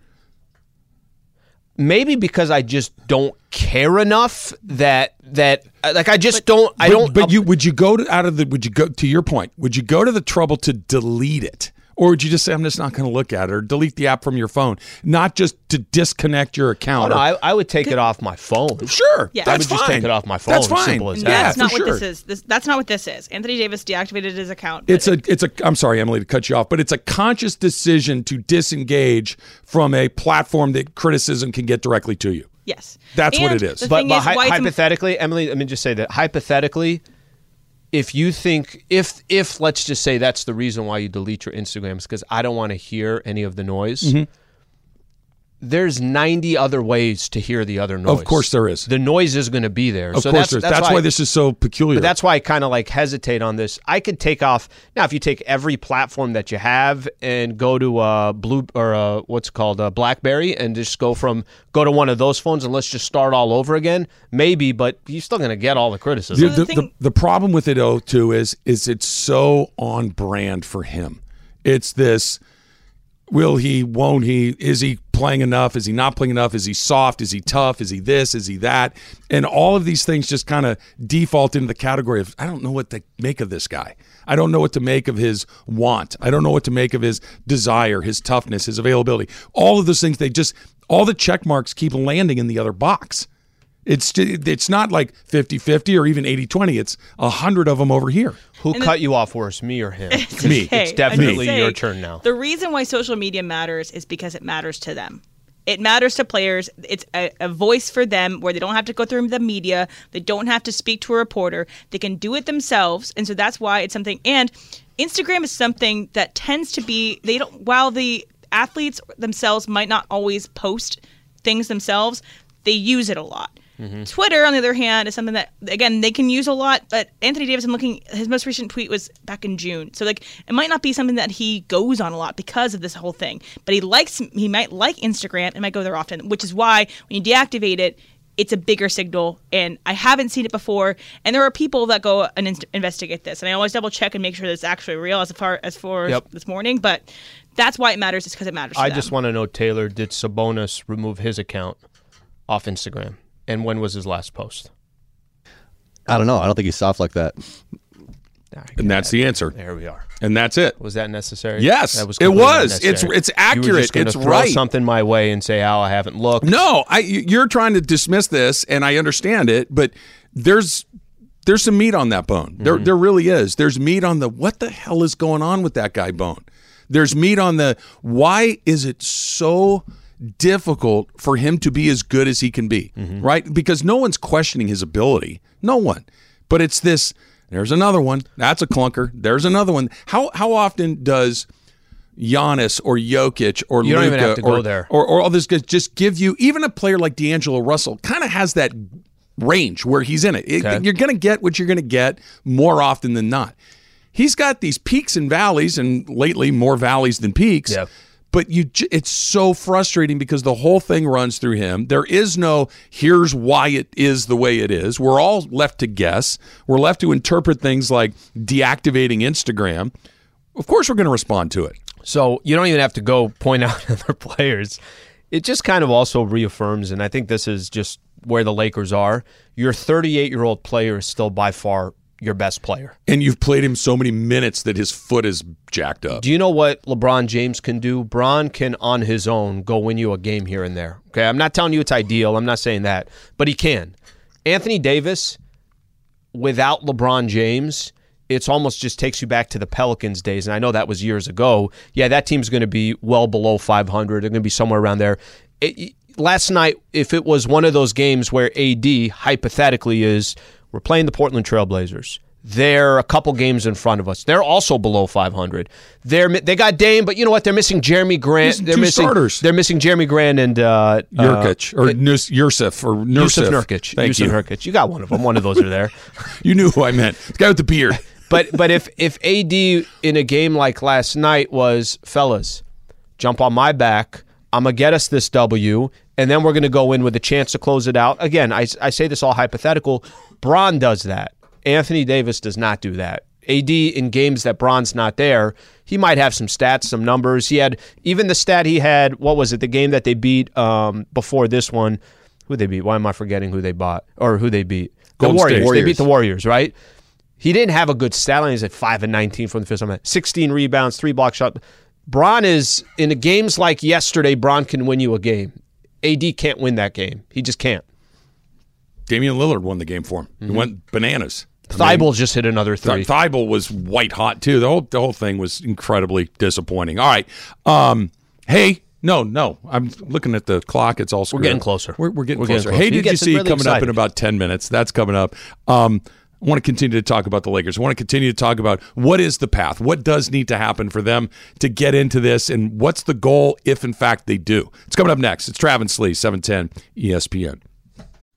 Maybe because I just don't care enough that that like I just don't I
but,
don't
But you would you go to, out of the would you go to your point? Would you go to the trouble to delete it, or would you just say I'm just not going to look at it, or delete the app from your phone, not just to disconnect your
Oh,
account?
no,
or-
I, I would take it off my phone.
sure,
Yeah. I
that's
would
fine.
just take it off my phone,
That's fine.
simple as
yeah,
that.
that's not
for
what
sure.
this is. This, that's not what this is. Anthony Davis deactivated his account. but
It's a, it's a. I'm sorry, Emily, to cut you off, but it's a conscious decision to disengage from a platform that criticism can get directly to you.
yes.
That's what
And
it is.
the
But,
thing
but
is,
hy-
why it's im-
hypothetically, Emily, let me just say that hypothetically, if you think if if let's just say that's the reason why you delete your Instagrams because I don't want to hear any of the noise.
Mm-hmm.
There's 90 other ways to hear the other noise.
Of course, there is.
The noise is going to be there.
Of
so that's,
course, there is. that's, why, this is so peculiar.
But that's why I kind of like hesitate on this. I could take off now if you take every platform that you have and go to uh blue or uh what's it called uh, BlackBerry and just go from go to one of those phones and let's just start all over again. Maybe, but you're still gonna get all the criticism.
The, the,
So the
the,
thing-
the problem with it, oh, too, is is it's so on brand for him. It's this: will he? Won't he? Is he playing enough? Is he not playing enough? Is he soft? Is he tough? Is he this? Is he that? And all of these things just kind of default into the category of I don't know what to make of this guy. I don't know what to make of his want. I don't know what to make of his desire, his toughness, his availability. All of those things they just all the check marks keep landing in the other box. It's it's not like 50-50 or even 80-20. It's 100 of them over here.
Who cut you off worse, me or him?
Me.
Hey,
It's
I'm
definitely
just
your
saying,
turn now.
The reason why social media matters is because it matters to them. It matters to players. It's a, a voice for them where they don't have to go through the media. They don't have to speak to a reporter. They can do it themselves. And so that's why it's something. And Instagram is something that tends to be, they don't, while the athletes themselves might not always post things themselves, they use it a lot.
Mm-hmm.
Twitter, on the other hand, is something that again they can use a lot. But Anthony Davis, I'm looking. His most recent tweet was back in June, so like it might not be something that he goes on a lot because of this whole thing. But he likes. He might like Instagram and might go there often, which is why when you deactivate it, it's a bigger signal. And I haven't seen it before. And there are people that go and in- investigate this, and I always double check and make sure that it's actually real as far as for
Yep.
this morning. But that's why it matters. It's because it matters. To
I
them.
just want to know, Taylor, did Sabonis remove his account off Instagram? And when was his last post?
I don't know. I don't think he's soft like that.
And that's the answer.
There we are.
And that's it.
Was that necessary?
Yes,
that
it
completely
was.
unnecessary.
It's- it's
You were just
accurate.
gonna
It's
throw
right.
Something my way and say, "Oh, I haven't looked."
No, I you- you're trying to dismiss this and I understand it, but there's there's some meat on that bone. There there really is. There's meat on the what the hell is going on with that guy bone. There's meat on the why is it so difficult for him to be as good as he can be, right? Because no one's questioning his ability. No one. But it's this there's another one. That's a clunker. There's another one. How how often does Giannis or Jokic or
You don't even
Luka
have to
or,
go there.
or, or all this guys just give you even a player like D'Angelo Russell kind of has that range where he's in it. It-
Okay.
You're going to get what you're going to get more often than not. He's got these peaks and valleys, and lately more valleys than peaks.
Yep.
But you, j- it's so frustrating because the whole thing runs through him. There is no here's why it is the way it is. We're all left to guess. We're left to interpret things like deactivating Instagram. Of course, we're going to respond to it.
So you don't even have to go point out other players. It just kind of also reaffirms, and I think this is just where the Lakers are. Your 38 year old player is still by far your best player.
And you've played him so many minutes that his foot is jacked up.
Do you know what LeBron James can do? Bron can, on his own, go win you a game here and there. Okay, I'm not telling you it's ideal. I'm not saying that, but he can. Anthony Davis, without LeBron James, it's almost just takes you back to the Pelicans days, and I know that was years ago. Yeah, that team's going to be well below 500. They're going to be somewhere around there. It, last night, if it was one of those games where AD hypothetically is, we're playing the Portland Trailblazers. They're a couple games in front of us. They're also below 500. They're mi- they got Dame, but you know what? They're missing Jeremy Grant.
Missing
they're
two
missing
starters.
They're missing Jeremy Grant and uh, uh,
Yurkic or Nus- Yursif or Nursif.
Yusuf Nurkic.
Thank
Yusuf
you.
Nurkic. You got one of them. One of those are there.
You knew who I meant. The guy with the beard.
but but if if AD in a game like last night was fellas, jump on my back. I'm gonna get us this W, and then we're gonna go in with a chance to close it out. Again, I I say this all hypothetical. Braun does that. Anthony Davis does not do that. AD in games that Braun's not there, he might have some stats, some numbers. He had even the stat he had. What was it? The game that they beat um, before this one. Who they beat? Why am I forgetting who they bought or who they beat?
Golden
the Warriors.
State.
They beat the Warriors, right? He didn't have a good stat line. He's at five and nineteen from the field. I'm at sixteen rebounds, three block shot. Braun is in the games like yesterday. Braun can win you a game. AD can't win that game. He just can't.
Damian Lillard won the game for him. He went bananas.
Thibault just hit another three.
Th- Thibault was white hot too. The whole the whole thing was incredibly disappointing. All right. Um. Hey. No, no. I'm looking at the clock. It's all screwed
getting
up.
closer.
We're, we're getting
We're getting
closer.
closer.
Hey,
You
did
get
you see
really
coming up in
excited.
about ten minutes? That's coming up. Um. I want to continue to talk about the Lakers. I want to continue to talk about what is the path, what does need to happen for them to get into this, and what's the goal if, in fact, they do. It's coming up next. It's Travis Lee, E 710 ESPN.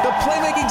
The playmaking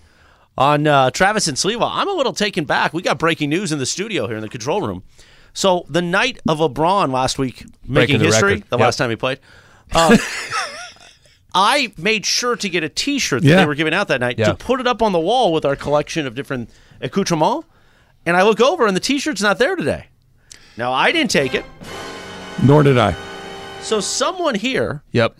on uh, Travis and Sliwa. I'm a little taken back. We got breaking news in the studio here in the control room. So the night of LeBron last week making
Breaking the
history,
record.
the
Yep.
last time he played, uh, I made sure to get a T-shirt that
Yeah.
they were giving out that night
Yeah.
to put it up on the wall with our collection of different accoutrements. And I look over, and the T-shirt's not there today. Now I didn't take it,
Nor did I.
so someone here
Yep.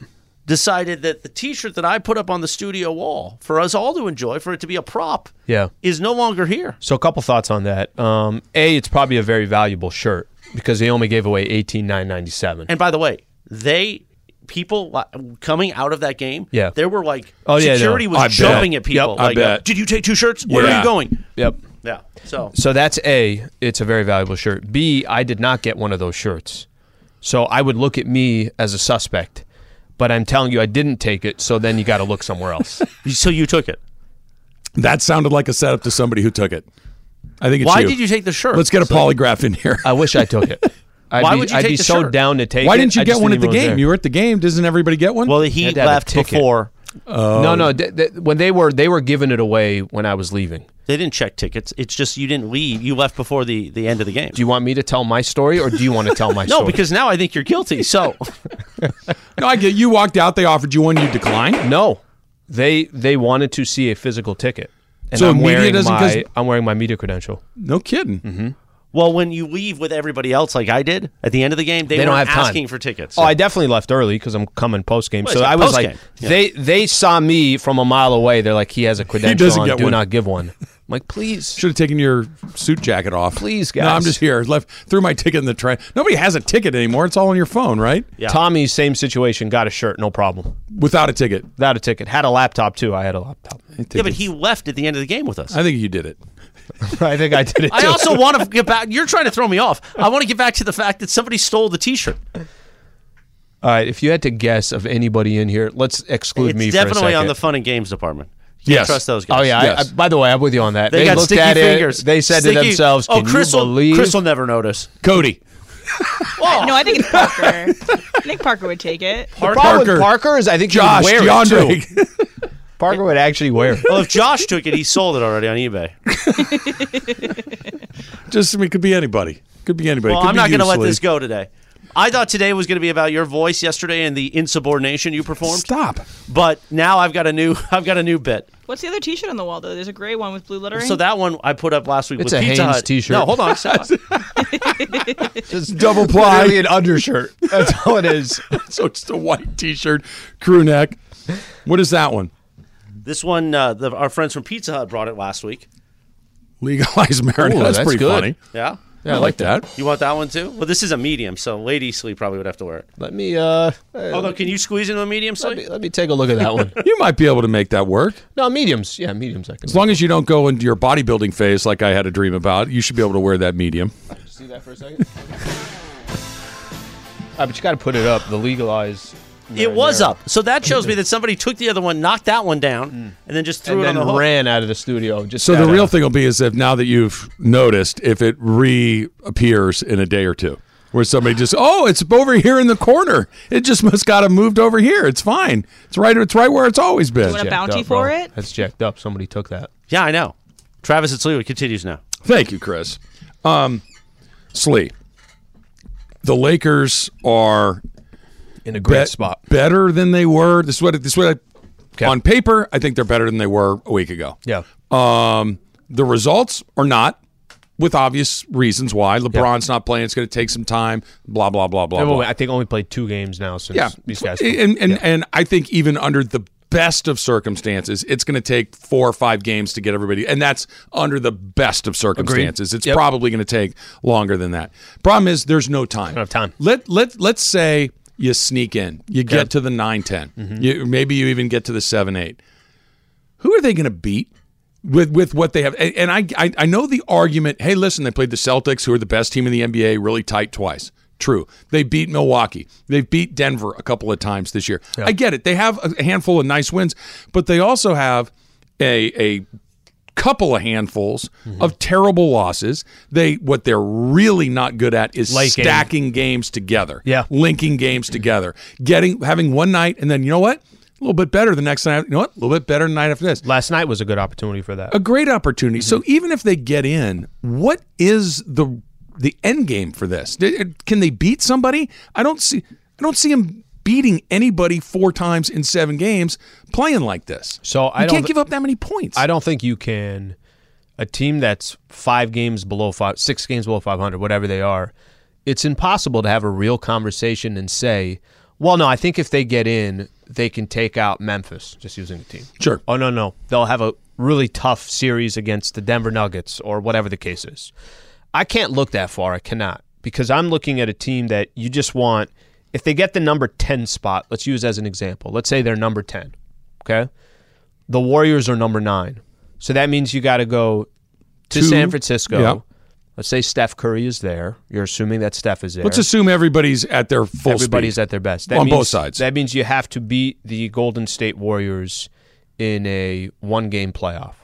decided that the T-shirt that I put up on the studio wall for us all to enjoy, for it to be a prop,
Yeah.
is no longer here.
So a couple thoughts on that. Um, a, it's probably a very valuable shirt because they only gave away eighteen nine ninety seven.
And by the way, they people li- coming out of that game,
Yeah.
there were like
Oh, yeah, I know.
security was
I bet.
jumping at people.
Yep,
I
like, uh,
bet.
Did you take two shirts? Where are
Yeah.
you going?
Yep.
Yeah. So
So that's A, it's a very valuable shirt. B, I did not get one of those shirts. So I would look at me as a suspect. But I'm telling you, I didn't take it. So then you got to look somewhere else.
so you took it.
That sounded like a setup to somebody who took it. I think it's
Why
you.
did you take the shirt?
Let's get a polygraph in here.
I wish I took it. I'd
Why
be,
would you
I'd
take
be
the
so
shirt?
down to take
Why
it.
didn't you
I
get
just
one at
didn't
the
even know it was
game?
there.
You were at the game. Doesn't everybody get one?
well,
Well,
he
had to have a
left
ticket.
before.
no, no. th- th- when they were they were giving it away when I was leaving.
They didn't check tickets. It's just you didn't leave. You left before the, the end of the game.
Do you want me to tell my story or do you want to tell my story?
no, because now I think you're guilty. So
No, I get you walked out. They offered you one. You declined.
no, they they wanted to see a physical ticket, and
So
I'm
media
wearing
doesn't- 'cause-
my I'm wearing my media credential.
No kidding.
Mm-hmm.
Well, when you leave with everybody else, like I did at the end of the game, they,
They don't
weren't
have time.
asking for tickets.
Oh, I definitely left early because I'm coming post game.
Well,
so
it's
I was like,
post-game. Yeah.
they they saw me from a mile away. They're like, he has a credential.
doesn't
on,
get
do
one."
not give one. I'm like, please.
Should have taken your suit jacket off.
Please,
No, I'm
guys.
just here. Left threw my ticket in the trash. Nobody has a ticket anymore. It's all on your phone, right?
Yeah.
Tommy, same situation. Got a shirt, no problem.
Without a ticket.
Without a ticket, had a laptop too. I had a laptop.
yeah, but he left at the end of the game with us.
I think you did it.
I think I did it. Too.
I also want to get back. You're trying to throw me off. I want to get back to the fact that somebody stole the T-shirt.
All right, if you had to guess of anybody in here, let's exclude
It's
me. for a
definitely on
second.
the fun and games department. You
Yes.
can't trust those guys.
Oh yeah. I-
Yes.
I, by the way, I'm with you on that.
they,
They,
got
looked
sticky
at
fingers.
it. They said to
Sticky-
themselves,
"Oh,
"Can
Chris,
you believe?"
Will, Chris will never notice."
Cody.
No, I think it's Parker. I think Parker would take it.
The problem with
Parker.
Parker is I think
Josh,
he would wear it too.
DeAndre.
Parker would actually wear. it.
Well, if Josh took it, he sold it already on eBay.
Just I mean, could be anybody. Could be anybody.
Well,
Could
I'm
be
not
you,
going to let
Slee.
this go today. I thought today was going to be about your voice yesterday and the insubordination you performed,
Stop.
but now I've got a new I've got a new bit.
What's the other T-shirt on the wall though? There's a gray one with blue lettering.
So that one I put up last week
It's
with
a
Pizza
Hanes
Hut.
t-shirt.
No, hold on. stop.
Just
Double ply.
literally an undershirt. That's
Oh,
all it is.
so it's the white T-shirt, crew neck. What is that one?
this one, uh, the, our friends from Pizza Hut brought it last week.
Legalized marijuana.
Ooh,
that's,
that's
pretty
good.
funny.
Yeah,
I like that.
you want that one too? Well, this is a medium, so Lady Sleep probably would have to wear it.
Let me uh,
Although, can you squeeze into a medium
let me
sleep?
let me take a look at that one.
You might be able to make that work.
No, mediums. Yeah, mediums. I can.
As long as you don't go into your bodybuilding phase like I had a dream about, you should be able to wear that medium.
see that for a second. but you got to put it up. The legalized.
It was up, so that shows me that somebody took the other one, knocked that one down, and then just threw
Mm. and
it on
then
the hook.
ran out of the studio. Just
So the
out of-
real thing will be is if now that you've noticed, if it reappears in a day or two, where somebody just oh, it's over here in the corner. It just must got have moved over here. It's fine. It's right. It's right where it's always been.
wanna-
Jacked
bounty
up, bro.
for it?
That's jacked up. Somebody took that.
Yeah, I know. Travis at Sleewood continues now.
Thank you, Chris. Um, Slee, the Lakers are
in a great
bet-
spot.
better than they were. This is what this is what I,
Okay.
on paper. I think they're better than they were a week ago.
Yeah.
Um, the results are not with obvious reasons why. LeBron's not playing. It's going to take some time. Blah blah blah blah. blah.
I think only played two games now since
Oh, yeah,
these guys.
and and and I think even under the best of circumstances, it's going to take four or five games to get everybody, and that's under the best of circumstances. It's
Yep.
probably going to take longer than that. Problem is, there's no time.
have time.
Let let let's say you sneak in, you get to the nine
Mm-hmm.
You, maybe you even get to the seven eight who are they going to beat with with what they have? And, and I, I I know the argument. Hey, listen, they played the Celtics, who are the best team in the NBA, really tight twice. True, they beat Milwaukee. They beat Denver a couple of times this year. I get it. They have a handful of nice wins, but they also have a a couple of handfuls
Mm-hmm.
of terrible losses. They what they're really not good at is
Late game.
stacking games together.
Yeah.
linking games together, getting having one night and then you know what. A little bit better the next night. You know what? A little bit better the night after this
Last night was a good opportunity for that.
a great opportunity. So
Mm-hmm.
even if they get in, what is the the end game for this? Th- Can they beat somebody? I don't see. I don't see them beating anybody four times in seven games playing like this.
So I
you
don't
can't
thi-
give up that many points.
I don't think you can. A team that's five games below five, six games below 500, whatever they are, it's impossible to have a real conversation and say, well, no, I think if they get in, they can take out Memphis, just using a team.
Sure.
Oh, no, no. They'll have a really tough series against the Denver Nuggets or whatever the case is. I can't look that far. I cannot because I'm looking at a team that you just want. If they get the number 10 spot, let's use as an example. Let's say they're number 10. Okay. The Warriors are number nine. So that means you got to go to
Two.
San Francisco.
Yeah.
Let's say Steph Curry is there. You're assuming that Steph is there.
Let's assume everybody's at their full.
Everybody's
speed.
at their best.
On both
means-
sides.
That means you have to beat the Golden State Warriors in a one game playoff.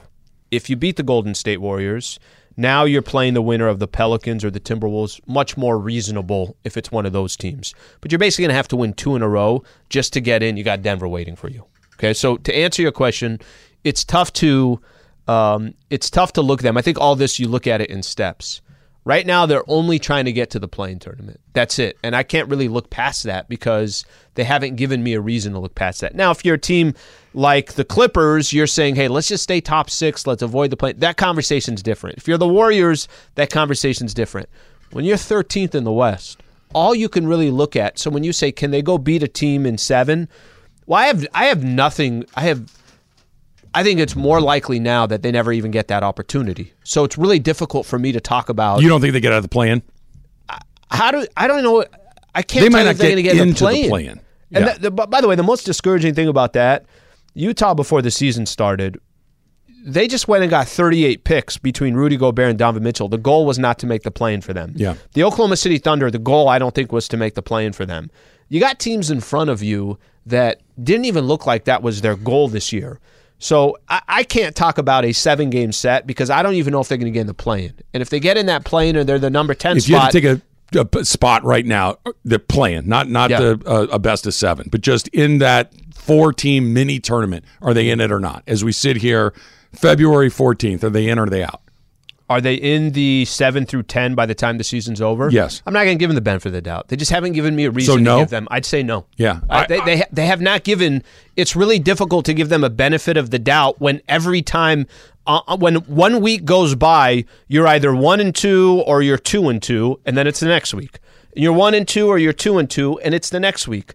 If you beat the Golden State Warriors, now you're playing the winner of the Pelicans or the Timberwolves, much more reasonable if it's one of those teams. But you're basically going to have to win two in a row just to get in. You got Denver waiting for you. Okay, so to answer your question, it's tough to um, it's tough to look at them. I think all this you look at it in steps. Right now, they're only trying to get to the playing tournament. That's it, and I can't really look past that because they haven't given me a reason to look past that. Now, if you're a team like the Clippers, you're saying, "Hey, let's just stay top six. Let's avoid the play." That conversation's different. If you're the Warriors, that conversation's different. When you're 13th in the West, all you can really look at. So when you say, "Can they go beat a team in seven? Well, I have I have nothing. I have I think it's more likely now that they never even get that opportunity. So it's really difficult for me to talk about
You don't think they get out of the play-in?
how do I don't know. I can't. tell
They might
you
not
if they're
get
gonna get
into the
play
play-in.
And
Yeah.
that, the, but by the way, the most discouraging thing about that, Utah before the season started, they just went and got 38 picks between Rudy Gobert and Donovan Mitchell. The goal was not to make the play-in for them.
Yeah.
The Oklahoma City Thunder, the goal I don't think was to make the play-in for them. You got teams in front of you that didn't even look like that was their goal this year. So I, I can't talk about a seven-game set because I don't even know if they're going to get in the play-in. And if they get in that play-in or they're the number 10
If you had
spot,
to take a, a p- spot right now, uh, they're playing, not not
Yeah.
the, uh, a best of seven, but just in that four team mini tournament, are they in it or not? As we sit here, February 14th, are they in or are they out?
Are they in the seven through ten by the time the season's over?
Yes.
I'm not going to give them the benefit of the doubt. They just haven't given me a reason
no?
to give them. I'd say no.
Yeah.
I,
I-
they, they ha- they have not given. It's really difficult to give them a benefit of the doubt when every time. Uh, when one week goes by, you're either one and two or you're two and two, and then it's the next week. You're one and two or you're two and two, and it's the next week.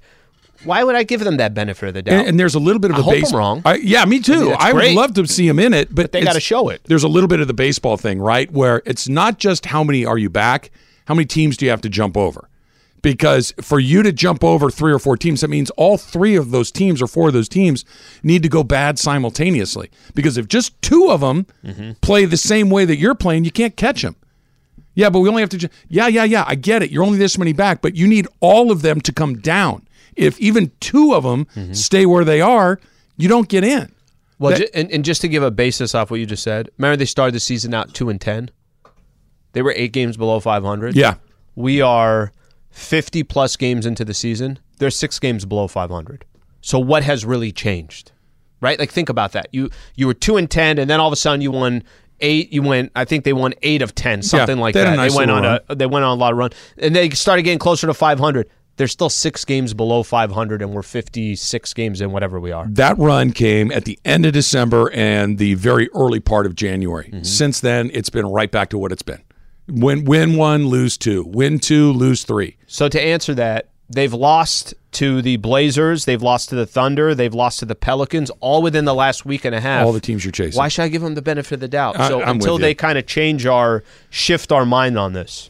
Why would I give them that benefit of the doubt?
And, and there's a little bit of
I
a
hope I'm
base-
wrong.
I- yeah, me too.
that's
I, would
great.
love to see him in it, but,
they
it's-
gotta show it.
There's a little bit of the baseball thing, right? Where it's not just how many are you back, how many teams do you have to jump over? Because for you to jump over three or four teams, that means all three of those teams or four of those teams need to go bad simultaneously. Because if just two of them play the same way that you're playing, you can't catch them. Yeah, but we only have to. Ju- yeah, yeah, yeah. I get it. You're only this many back, but you need all of them to come down. If even two of them stay where they are, you don't get in.
Well,
That-
ju- and, and just to give a basis off what you just said, remember they started the season out two and ten. They were eight games below five hundred.
Yeah.
we are fifty plus games into the season. They're six games below five hundred. So what has really changed, right? Like think about that. You you were two and ten, and then all of a sudden you won eight. You went, I think they won eight of ten, something like
they had a
that.
nice
they went on
little
a they went on a lot of run, and they started getting closer to five hundred. They're still six games below five hundred, and we're fifty six games in, whatever we are.
That run came at the end of December and the very early part of January. Since then, it's been right back to what it's been. Win, win one, lose two. Win two, lose three.
So to answer that, they've lost to the Blazers, they've lost to the Thunder, they've lost to the Pelicans, all within the last week and a half.
All the teams you're chasing.
Why should I give them the benefit of the doubt?
I-
so
I'm
until
with you.
they kind of change our shift our mind on this.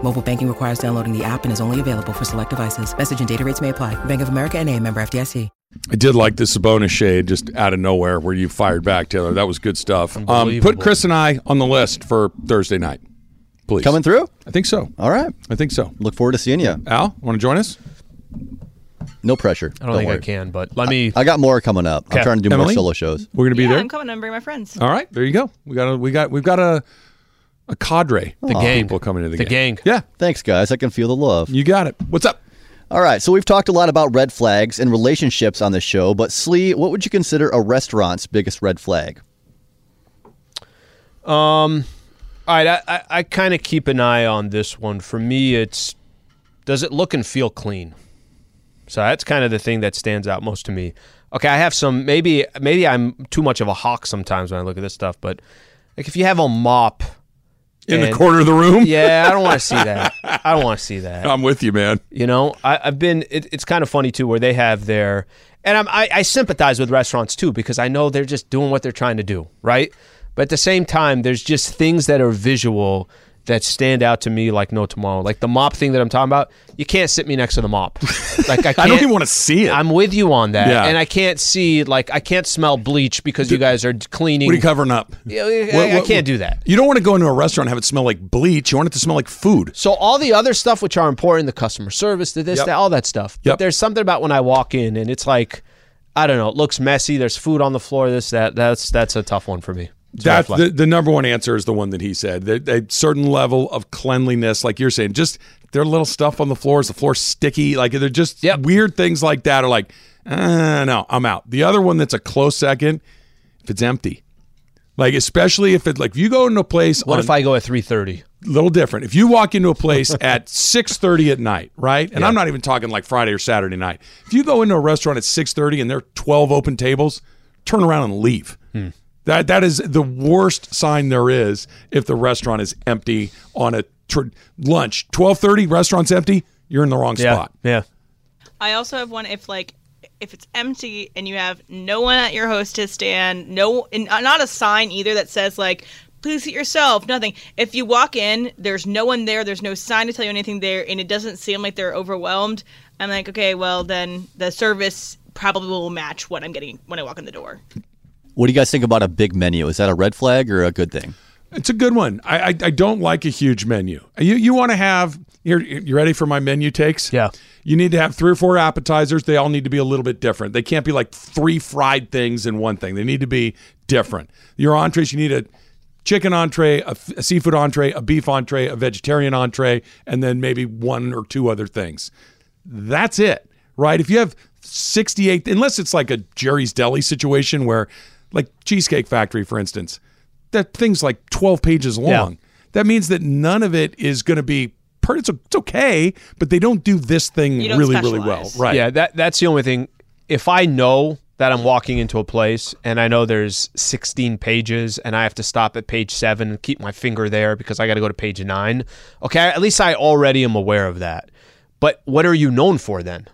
Mobile banking requires downloading the app and is only available for select devices. Message and data rates may apply. Bank of America and a member FDIC.
I did like the Sabonis shade just out of nowhere where you fired back, Taylor. That was good stuff. Um, put
Unbelievable.
Chris and I on the list for Thursday night, please.
Coming through?
I think so.
All right.
I think so.
Look forward to seeing you.
Al, want to join us?
No pressure.
I don't, think I can, but let me
I got more coming up.
Okay.
I'm trying to do more
Emily?
solo shows.
We're gonna be
yeah,
there. Oh.
I'm coming. I'm bringing my friends.
All right, there you go. We got a we got we've got a a cadre.
the
of
gang
people coming to the,
the gang.
Yeah,
Thanks, guys. I can feel the love.
you got it. What's up?
All right, so we've talked a lot about red flags and relationships on the show, but Slee, what would you consider a restaurant's biggest red flag?
All right, I, I, I kind of keep an eye on this one. For me, it's does it look and feel clean? So that's kind of the thing that stands out most to me. Okay, I have some maybe maybe I'm too much of a hawk sometimes when I look at this stuff, but like if you have a mop
In the
and-
corner of the room?
yeah, I don't want to see that. I don't want to see that.
I'm with you, man.
You know, I, I've been. It, it's kind of funny too, where they have their, and I'm, I, I sympathize with restaurants too because I know they're just doing what they're trying to do, right? But at the same time, there's just things that are visual that stand out to me like no tomorrow. Like the mop thing that I'm talking about, you can't sit me next to the mop. Like I, can't,
I don't even want to see it.
I'm with you on that,
Yeah.
and I can't see like I can't smell bleach because you guys are cleaning.
What are you covering up?
Yeah, I- I- I can't do that.
You don't want to go into a restaurant and have it smell like bleach. You want it to smell like food.
So all the other stuff which are important, the customer service, the this,
Yep.
that, all that stuff. But
Yep.
there's something about when I walk in and it's like, I don't know, it looks messy. There's food on the floor. This, that, that's that's a tough one for me. It's a red
That's
flag.
the, the number one answer is the one that he said. That a certain level of cleanliness, like you're saying, just their little stuff on the floor is the floor sticky. Like they're just weird things like that are like, uh, no, I'm out. The other one that's a close second, if it's empty, like especially if it like if you go into a place.
What
on-
if I go at three thirty?
little different. If you walk into a place at 6:30 at night, right? And I'm not even talking like Friday or Saturday night. If you go into a restaurant at 6:30 and there are 12 open tables, turn around and leave. That that is the worst sign there is if the restaurant is empty on a tr- lunch. 12:30, restaurant's empty, you're in the wrong
Yeah.
spot.
Yeah.
I also have one if like if it's empty and you have no one at your hostess stand, no and not a sign either that says like please seat yourself, nothing. If you walk in, there's no one there, there's no sign to tell you anything there and it doesn't seem like they're overwhelmed, I'm like, okay, well then the service probably will match what I'm getting when I walk in the door.
What do you guys think about a big menu? Is that a red flag or a good thing?
It's a good one. I I, I don't like a huge menu. You you want to have here. You ready for my menu takes? Yeah. You need to have three or four appetizers. They all need to be a little bit different. They can't be like three fried things in one thing. They need to be different. Your entrees. You need a chicken entree, a, f- a seafood entree, a beef entree, a vegetarian entree, and then maybe one or two other things. That's it, right? If you have 68, unless it's like a Jerry's Deli situation where, like Cheesecake Factory, for instance, that thing's like 12 pages long. That means that none of it is going to be. Per- it's, o- it's okay, but they don't do this thing
You don't
really, really well,
specialize.
right?
Yeah, that that's the only thing. If I know that I'm walking into a place and I know there's 16 pages and I have to stop at page seven and keep my finger there because I got to go to page nine. Okay, at least I already am aware of that. But what are you known for then?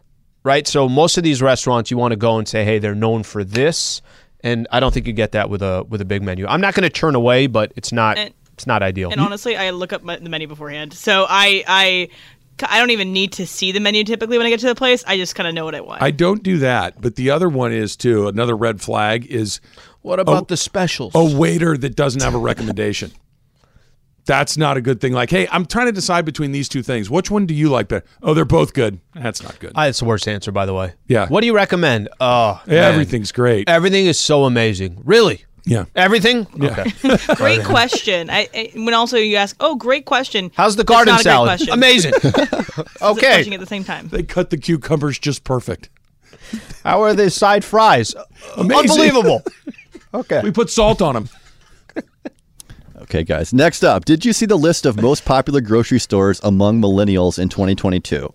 Right. So most of these restaurants, you want to go and say, hey, they're known for this, and I don't think you get that with a with a big menu. I'm not going to turn away, but it's not
And-
it's not ideal.
And honestly, I look up my, the menu beforehand. So I I I don't even need to see the menu typically when I get to the place. I just kind of know what I want.
I don't do that, but the other one is too. Another red flag is
what about the specials?
A waiter that doesn't have a recommendation. That's not a good thing. Like, hey, I'm trying to decide between these two things. Which one do you like better? Oh, they're both good. That's not good.
I, it's the worst answer, by the way.
Yeah.
What do you recommend? Oh, man.
Everything's great.
Everything is so amazing. Really?
Yeah.
Everything? Okay.
great question. I, I when also you ask, oh, great question.
How's the
It's
garden
not a great
salad?
question.
Amazing.
It's a
Okay.
question at the same time.
They cut the cucumbers just perfect.
How are the side fries?
Amazing.
Unbelievable. Okay.
We put salt on them.
Okay, guys. Next up, did you see the list of most popular grocery stores among millennials in 2022?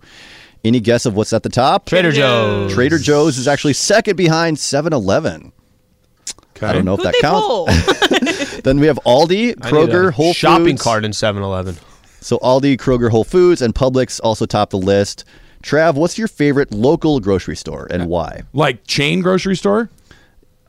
Any guess of what's at the top?
Trader Joe's.
Trader Joe's is actually second behind 7 Eleven. I don't know if
Who'd
that
they
counts. then we have Aldi,
I need a
Kroger, Whole
shopping
Foods.
cart in 7-Eleven.
So Aldi, Kroger, Whole Foods, and Publix also top the list. Trav, what's your favorite local grocery store
Uh,
and why?
Like chain grocery store?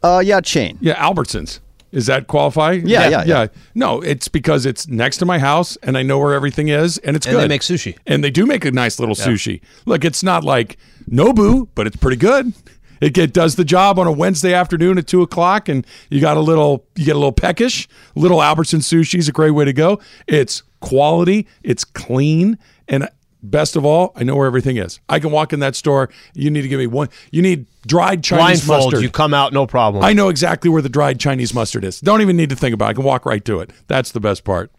Uh, yeah, chain.
Yeah, Albertsons. Is that qualify?
Yeah, yeah, yeah.
No, it's because it's next to my house and I know where everything is and it's
And
good.
they make sushi.
And they do make a nice little
Yeah.
sushi. Look, it's not like Nobu, but it's pretty good. It, get, does the job on a Wednesday afternoon at two o'clock, and you got a little, you get a little peckish. Little Albertson sushi is a great way to go. It's quality, it's clean, and best of all, I know where everything is. I can walk in that store. You need to give me one. You need dried Chinese
Blindfold,
mustard.
you come out, no problem.
I know exactly where the dried Chinese mustard is. Don't even need to think about it. I can walk right to it. That's the best part.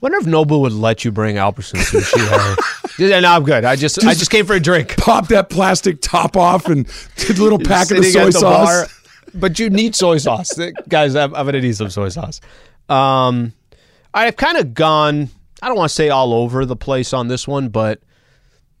wonder if Nobu would let you bring Albertson sushi home. Yeah, no, I'm good. I just, I just came for a drink.
Pop that plastic top off and did a little packet of
Sitting
soy
at the
sauce.
bar. But you need soy sauce. Guys, I'm, I'm going to need some soy sauce. Um, I've kind of gone, I don't want to say all over the place on this one, but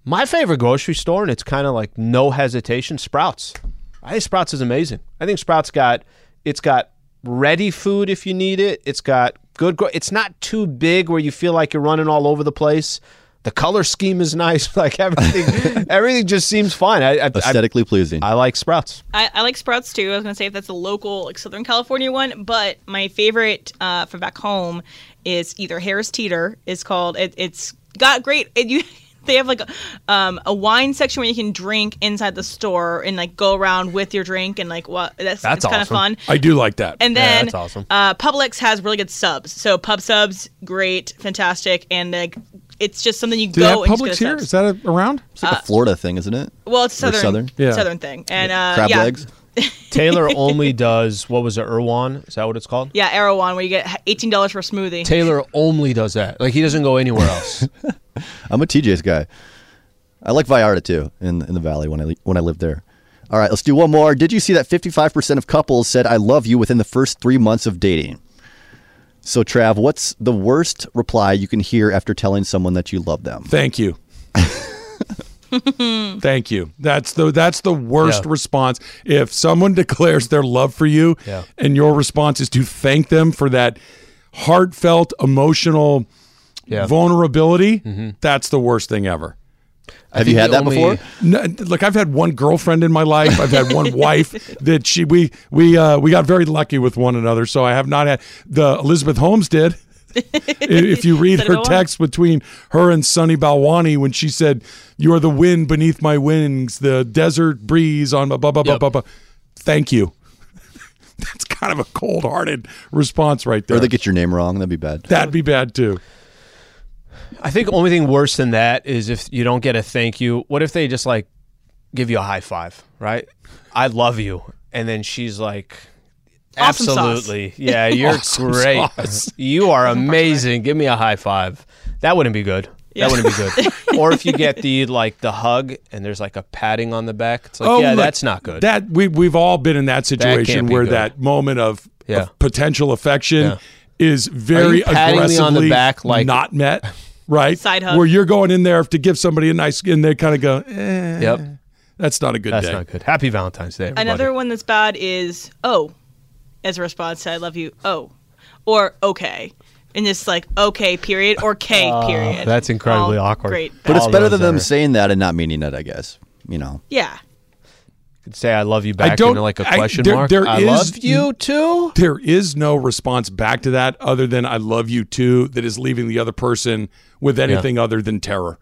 My favorite grocery store, and it's kind of like no hesitation, Sprouts. I think Sprouts is amazing. I think Sprouts got it's got ready food if you need it. It's got good. Gro- it's not too big where you feel like you're running all over the place. The color scheme is nice. Like everything, everything just seems fine. I, I,
Aesthetically pleasing.
Uh,
I like Sprouts.
I, I like Sprouts too. I was gonna say if that's a local, like Southern California one, but my favorite uh, from back home is either Harris Teeter. It's called. It, it's got great. It, you. They have like a, um, a wine section where you can drink inside the store and like go around with your drink and like what that's,
That's
it's kind of fun.
I do like that.
And then uh, Publix has really good subs. So pub subs, great, fantastic, and like oh, it's just something you
Do they
go
have
and just get a
Publix here?
subs.
Is that a, around?
It's like
Uh,
a Florida thing, isn't it?
Well, it's
Or
southern,
Southern?
southern,
Yeah.
thing, and uh,
Crab
yeah,
legs.
Taylor only does what was it? Irwan? Is that what it's called?
yeah, Erewhon, where you get eighteen dollars for a smoothie.
Taylor only does that. Like he doesn't go anywhere else.
I'm a TJ's guy. I like Vallarta too in in the valley when I li- when I lived there. All right, let's do one more. Did you see that 55% of couples said I love you within the first 3 months of dating? So Trav, what's the worst reply you can hear after telling someone that you love them?
Thank you. Thank you. That's the that's the worst
Yeah.
response. If someone declares their love for you
Yeah.
and your response is to thank them for that heartfelt emotional
Yeah.
vulnerability,
Mm-hmm.
that's the worst thing ever.
Have you had that before?
No, look, I've had one girlfriend in my life. I've had one wife that she we we uh, we got very lucky with one another. So I have not had the Elizabeth Holmes did. I- if you read
Said it
her
all.
text between her and Sonny Balwani when she said, "You are the wind beneath my wings, the desert breeze on my blah blah blah blah blah," thank you. That's kind of a cold-hearted response right there.
Or they get your name wrong, that'd be bad.
That'd be bad too.
I think only thing worse than that is if you don't get a thank you. What if they just like give you a high five, right? I love you, and then she's like,
Awesome sauce.
absolutely, yeah, you're
Awesome
great,
sauce.
you are amazing. Give me a high five. That wouldn't be good.
Yeah.
That wouldn't be good. or if you get the like the hug and there's like a patting on the back, it's like, yeah,
look,
that's not good.
Oh That we we've all been in that
can't
situation
be
where
good.
that moment of,
Yeah.
of potential affection
Yeah.
is very
you patting me
aggressively
on the back like-
not met, right?
Side hug.
Where you're going in there to give somebody a nice, and they kind of go, eh,
Yep.
that's not a good
That's
day.
not good. Happy Valentine's Day. everybody.
Another one that's bad is oh, as a response to I love you oh, or okay, and just like okay period or K period.
Ah, that's
incredibly All awkward. great.
But it's
All
better
those
than them
are-
saying that and not meaning it, I guess. You know.
Yeah,
could say I love you back into like a
I-
question
there-
mark.
there
I
is-
love you too.
There is no response back to that other than "I love you too." That is leaving the other person with anything other than terror.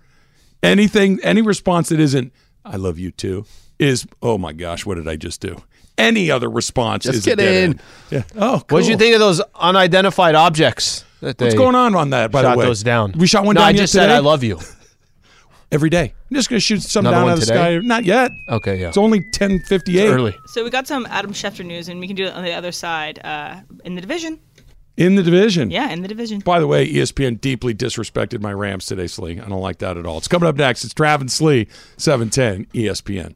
Anything, any response that isn't "I love you too" is "Oh my gosh, what did I just do?" Any other response
Just
is a dead
kidding.
end. Yeah. Oh,
What did you
cool.
think of those unidentified objects? That
What's
they
going on on that? By
shot
the way,
those down.
We shot one
No,
down.
I just
yet
said
today.
I love you.
every day. I'm just gonna shoot some
Another
down
one
out of the
today?
sky. Not yet.
Okay, yeah.
It's only ten fifty eight.
Early
So we got some Adam Schefter news, and we can do it on the other side uh, in the division.
in the division.
Yeah, in the division.
By the way, E ESPN deeply E disrespected my Rams today, Slee. I don't like that at all. It's coming up next. It's Travis Slee, 710 ESPN.